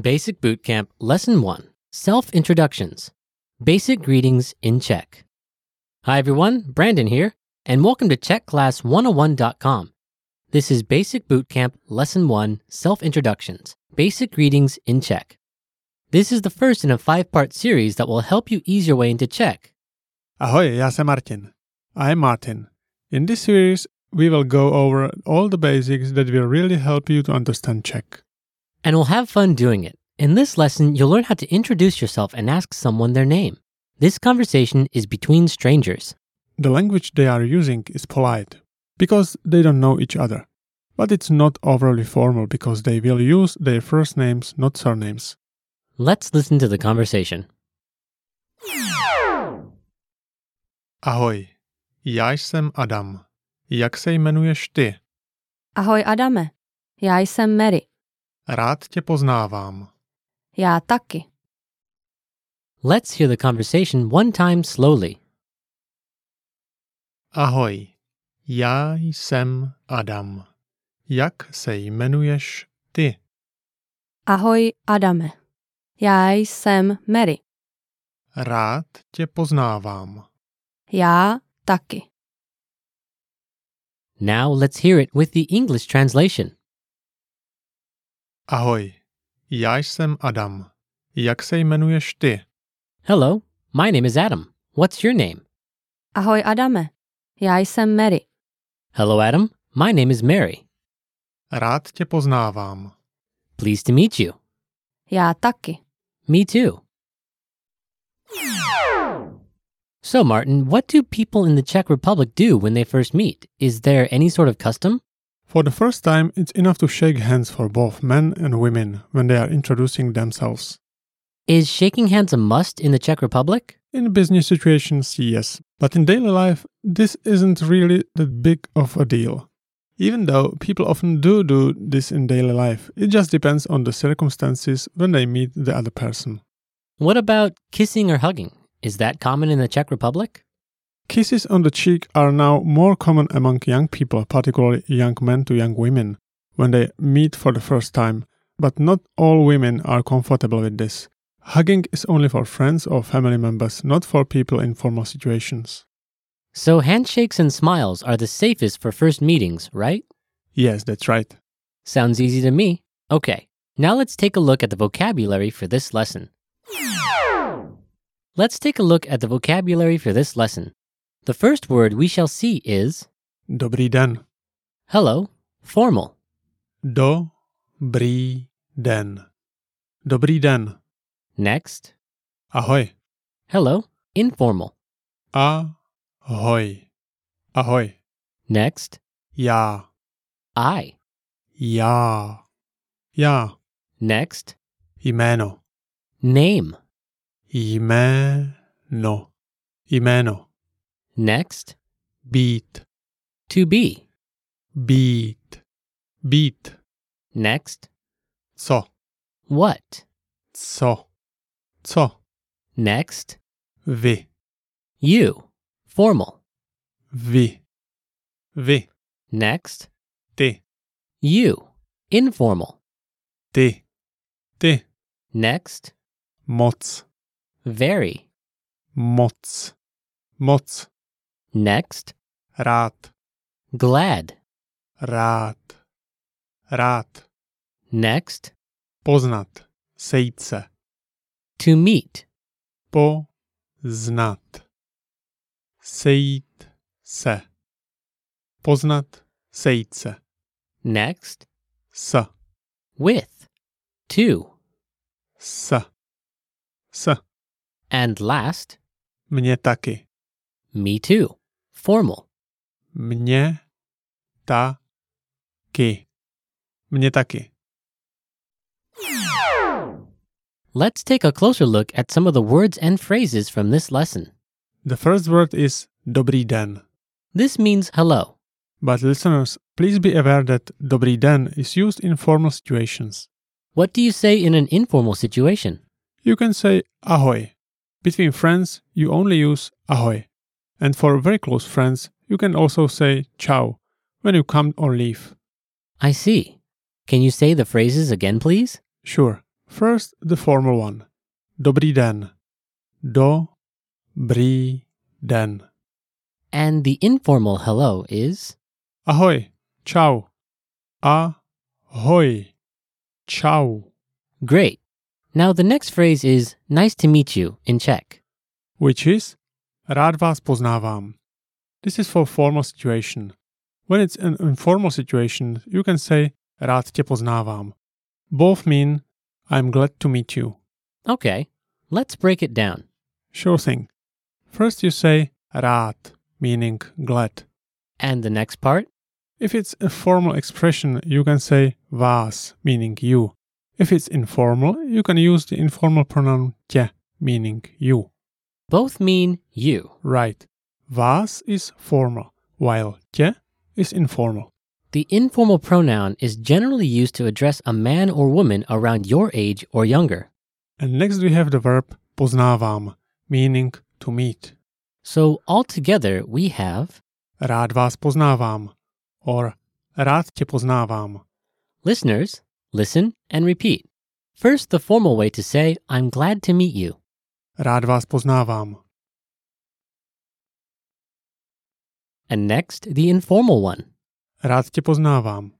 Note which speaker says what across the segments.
Speaker 1: Basic Boot Camp Lesson 1 Self Introductions Basic Greetings in Czech. Hi everyone, Brandon here, and welcome to CzechClass101.com. This is Basic Boot Camp Lesson 1 Self Introductions Basic Greetings in Czech. This is the first in a five part series that will help you ease your way into Czech.
Speaker 2: Ahoy, já jsem Martin. I'm Martin. In this series, we will go over all the basics that will really help you to understand Czech.
Speaker 1: and we'll have fun doing it. In this lesson, you'll learn how to introduce yourself and ask someone their name. This conversation is between strangers.
Speaker 2: The language they are using is polite because they don't know each other. But it's not overly formal because they will use their first names, not surnames.
Speaker 1: Let's listen to the conversation.
Speaker 2: Ahoj, já jsem Adam. Jak se jmenuješ ty?
Speaker 3: Ahoj Adame, já jsem Mary,
Speaker 2: Rád tě poznávám.
Speaker 3: já taky.
Speaker 1: Let's hear the conversation one time slowly.
Speaker 2: Ahoj, já jsem Adam. Jak se jmenuješ ty?
Speaker 3: Ahoj Adame, já jsem Mary,
Speaker 2: Rád tě poznávám.
Speaker 3: já taky.
Speaker 1: Now let's hear it with the English translation.
Speaker 2: Ahoj, já jsem Adam. Jak se jmenuješ ty?
Speaker 1: Hello, my name is Adam. What's your name?
Speaker 3: Ahoj Adame, já jsem Mary,
Speaker 1: Hello, Adam. My name is Mary.
Speaker 2: Rád tě poznávám.
Speaker 1: Pleased to meet you.
Speaker 3: já taky.
Speaker 1: Me too. So, Martin, what do people in the Czech Republic do when they first meet? Is there any sort of custom?
Speaker 2: For the first time, it's enough to shake hands for both men and women when they are introducing themselves.
Speaker 1: Is shaking hands a must in the Czech Republic?
Speaker 2: In business situations, yes, but in daily life, this isn't really that big of a deal. Even though people often do do this in daily life, it just depends on the circumstances when they meet the other person.
Speaker 1: What about kissing or hugging? Is that common in the Czech Republic?
Speaker 2: Kisses on the cheek are now more common among young people, particularly young men to young women, when they meet for the first time, but not all women are comfortable with this. Hugging is only for friends or family members, not for people in formal situations.
Speaker 1: So, handshakes and smiles are the safest for first meetings, right?
Speaker 2: Yes, that's right.
Speaker 1: Sounds easy to me. Okay, now let's take a look at the vocabulary for this lesson. Let's take a look at the vocabulary for this lesson. The first word we shall see is
Speaker 2: Dobrý den.
Speaker 1: hello, formal.
Speaker 2: Dobrý den. Dobrý den.
Speaker 1: Next,
Speaker 2: Ahoj.
Speaker 1: hello, informal.
Speaker 2: Ahoj. Ahoj.
Speaker 1: Next,
Speaker 2: Já.
Speaker 1: I.
Speaker 2: Já. Já.
Speaker 1: Next,
Speaker 2: Jméno.
Speaker 1: name.
Speaker 2: Jméno. Jméno.
Speaker 1: Next,
Speaker 2: Být.
Speaker 1: to be.
Speaker 2: Být. Být.
Speaker 1: Next,
Speaker 2: Co.
Speaker 1: what?
Speaker 2: Co. Co.
Speaker 1: Next,
Speaker 2: Vy.
Speaker 1: you. Formal.
Speaker 2: Vy. Vy.
Speaker 1: Next,
Speaker 2: Ty.
Speaker 1: you. Informal.
Speaker 2: Ty. Ty.
Speaker 1: Next,
Speaker 2: Moc.
Speaker 1: very.
Speaker 2: Moc. Moc.
Speaker 1: Next,
Speaker 2: Rád.
Speaker 1: glad.
Speaker 2: Rád. Rád.
Speaker 1: Next,
Speaker 2: Poznat. Sejít se.
Speaker 1: to meet.
Speaker 2: Poznat. Sejít se. Poznat, sejít se.
Speaker 1: Next,
Speaker 2: S.
Speaker 1: with. To.
Speaker 2: S. S.
Speaker 1: And last,
Speaker 2: Mně taky.
Speaker 1: me too. Formal.
Speaker 2: Mně taky. Mně taky.
Speaker 1: Let's take a closer look at some of the words and phrases from this lesson.
Speaker 2: The first word is dobrý den.
Speaker 1: This means hello.
Speaker 2: But listeners, please be aware that dobrý den is used in formal situations.
Speaker 1: What do you say in an informal situation?
Speaker 2: You can say ahoy. Between friends, you only use ahoy. And for very close friends, you can also say ciao when you come or leave.
Speaker 1: I see. Can you say the phrases again, please?
Speaker 2: Sure. First, the formal one. Dobrý den. Do, brý, den.
Speaker 1: And the informal hello is
Speaker 2: Ahoj. Čau. Ahoj. Čau.
Speaker 1: great. Now the next phrase is nice to meet you in Czech.
Speaker 2: which is Rád vás poznávám. This is for formal situation. When it's an informal situation, you can say Rád tě poznávám. Both mean I'm glad to meet you.
Speaker 1: Okay, let's break it down.
Speaker 2: Sure thing. First you say Rád, meaning glad.
Speaker 1: And the next part?
Speaker 2: If it's a formal expression, you can say vás, meaning you. If it's informal, you can use the informal pronoun tě, meaning you.
Speaker 1: Both mean you.
Speaker 2: Right. Vás is formal, while tě is informal.
Speaker 1: The informal pronoun is generally used to address a man or woman around your age or younger.
Speaker 2: And next we have the verb poznávám, meaning to meet.
Speaker 1: So altogether, we have
Speaker 2: Rád vás poznávám, or rád tě poznávám.
Speaker 1: listeners, listen and repeat. First, the formal way to say, I'm glad to meet you.
Speaker 2: Rád vás poznávám.
Speaker 1: And next, the informal one.
Speaker 2: Rád tě poznávám.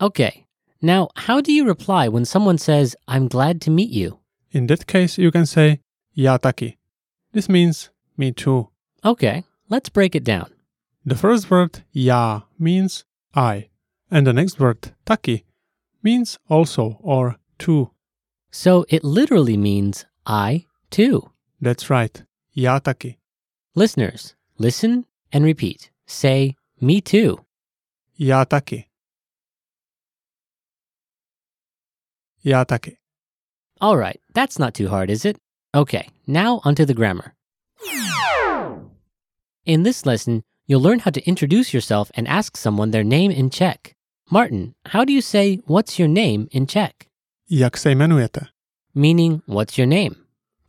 Speaker 1: Okay, now how do you reply when someone says, I'm glad to meet you?
Speaker 2: In that case, you can say já taky. This means me too.
Speaker 1: Okay, let's break it down.
Speaker 2: The first word já means I, and the next word taky means also or too.
Speaker 1: So it literally means, I too.
Speaker 2: That's right. Já taky.
Speaker 1: Listeners, listen and repeat. Say, me too.
Speaker 2: Já taky. Já taky.
Speaker 1: All right, that's not too hard, is it? Okay, now onto the grammar. In this lesson, you'll learn how to introduce yourself and ask someone their name in Czech. Martin, how do you say what's your name in Czech?
Speaker 2: Jak se jmenujete?
Speaker 1: Meaning, what's your name?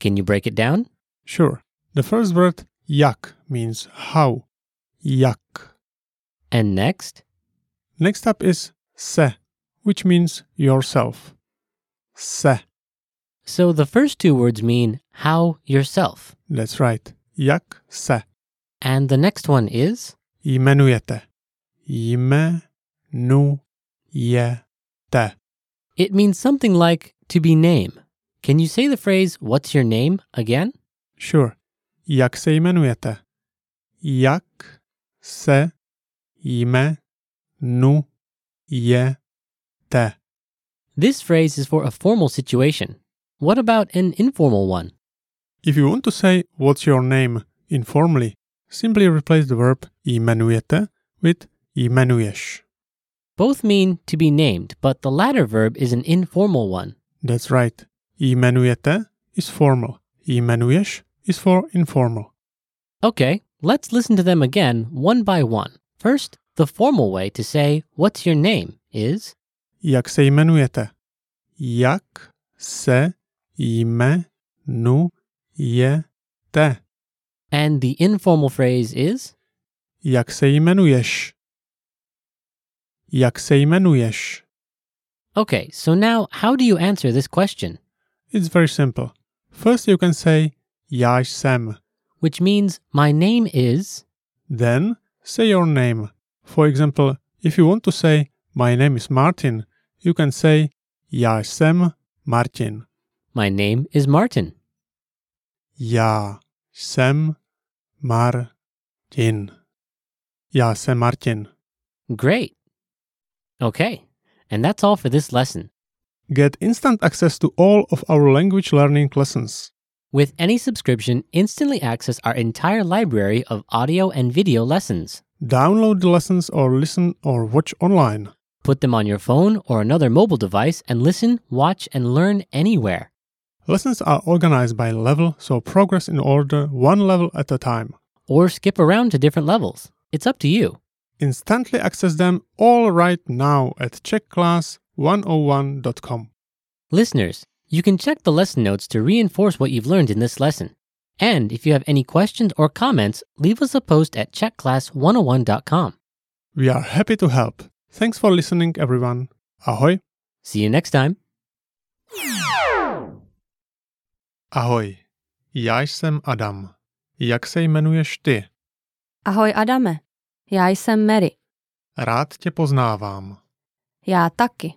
Speaker 1: Can you break it down?
Speaker 2: Sure. The first word jak means how. Jak.
Speaker 1: And next,
Speaker 2: Next up is se, which means yourself. Se.
Speaker 1: so the first two words mean how yourself,
Speaker 2: That's right. Jak se
Speaker 1: and the next one is
Speaker 2: jmenujete. Jmenujete.
Speaker 1: it means something like to be name. Can you say the phrase what's your name again?
Speaker 2: Sure. Jak se jmenujete? Jak se jmenujete.
Speaker 1: This phrase is for a formal situation. What about an informal one?
Speaker 2: If you want to say what's your name informally, simply replace the verb jmenujete with jmenuješ.
Speaker 1: Both mean to be named, but the latter verb is an informal one.
Speaker 2: That's right. Jmenujete is formal. Jmenuješ is for informal.
Speaker 1: Okay, let's listen to them again one by one. First, the formal way to say, What's your name? is
Speaker 2: Jak se jmenujete? Jak se jmenujete?
Speaker 1: and the informal phrase is
Speaker 2: Jak se jmenuješ? Jak se jmenuješ?
Speaker 1: Okay, so now how do you answer this question?
Speaker 2: It's very simple. First you can say já jsem.
Speaker 1: Which means, My name is,
Speaker 2: Then say your name. For example, if you want to say, My name is Martin, you can say, Já jsem Martin.
Speaker 1: My name is Martin.
Speaker 2: Já jsem Martin. Já jsem Martin.
Speaker 1: Great. Okay, and that's all for this lesson.
Speaker 2: Get instant access to all of our language learning lessons.
Speaker 1: With any subscription, instantly access our entire library of audio and video lessons.
Speaker 2: Download the lessons or listen or watch online.
Speaker 1: Put them on your phone or another mobile device and listen, watch, and learn anywhere.
Speaker 2: Lessons are organized by level, so progress in order one level at a time.
Speaker 1: Or skip around to different levels. It's up to you.
Speaker 2: instantly access them all right now at checkclass101.com.
Speaker 1: Listeners, you can check the lesson notes to reinforce what you've learned in this lesson. And if you have any questions or comments, leave us a post at checkclass101.com.
Speaker 2: We are happy to help. Thanks for listening, everyone. Ahoy!
Speaker 1: See you next time.
Speaker 2: Ahoj, já jsem Adam. Jak se jmenuješ ty?
Speaker 3: Ahoj Adame. Já jsem Mary.
Speaker 2: Rád tě poznávám.
Speaker 3: Já taky.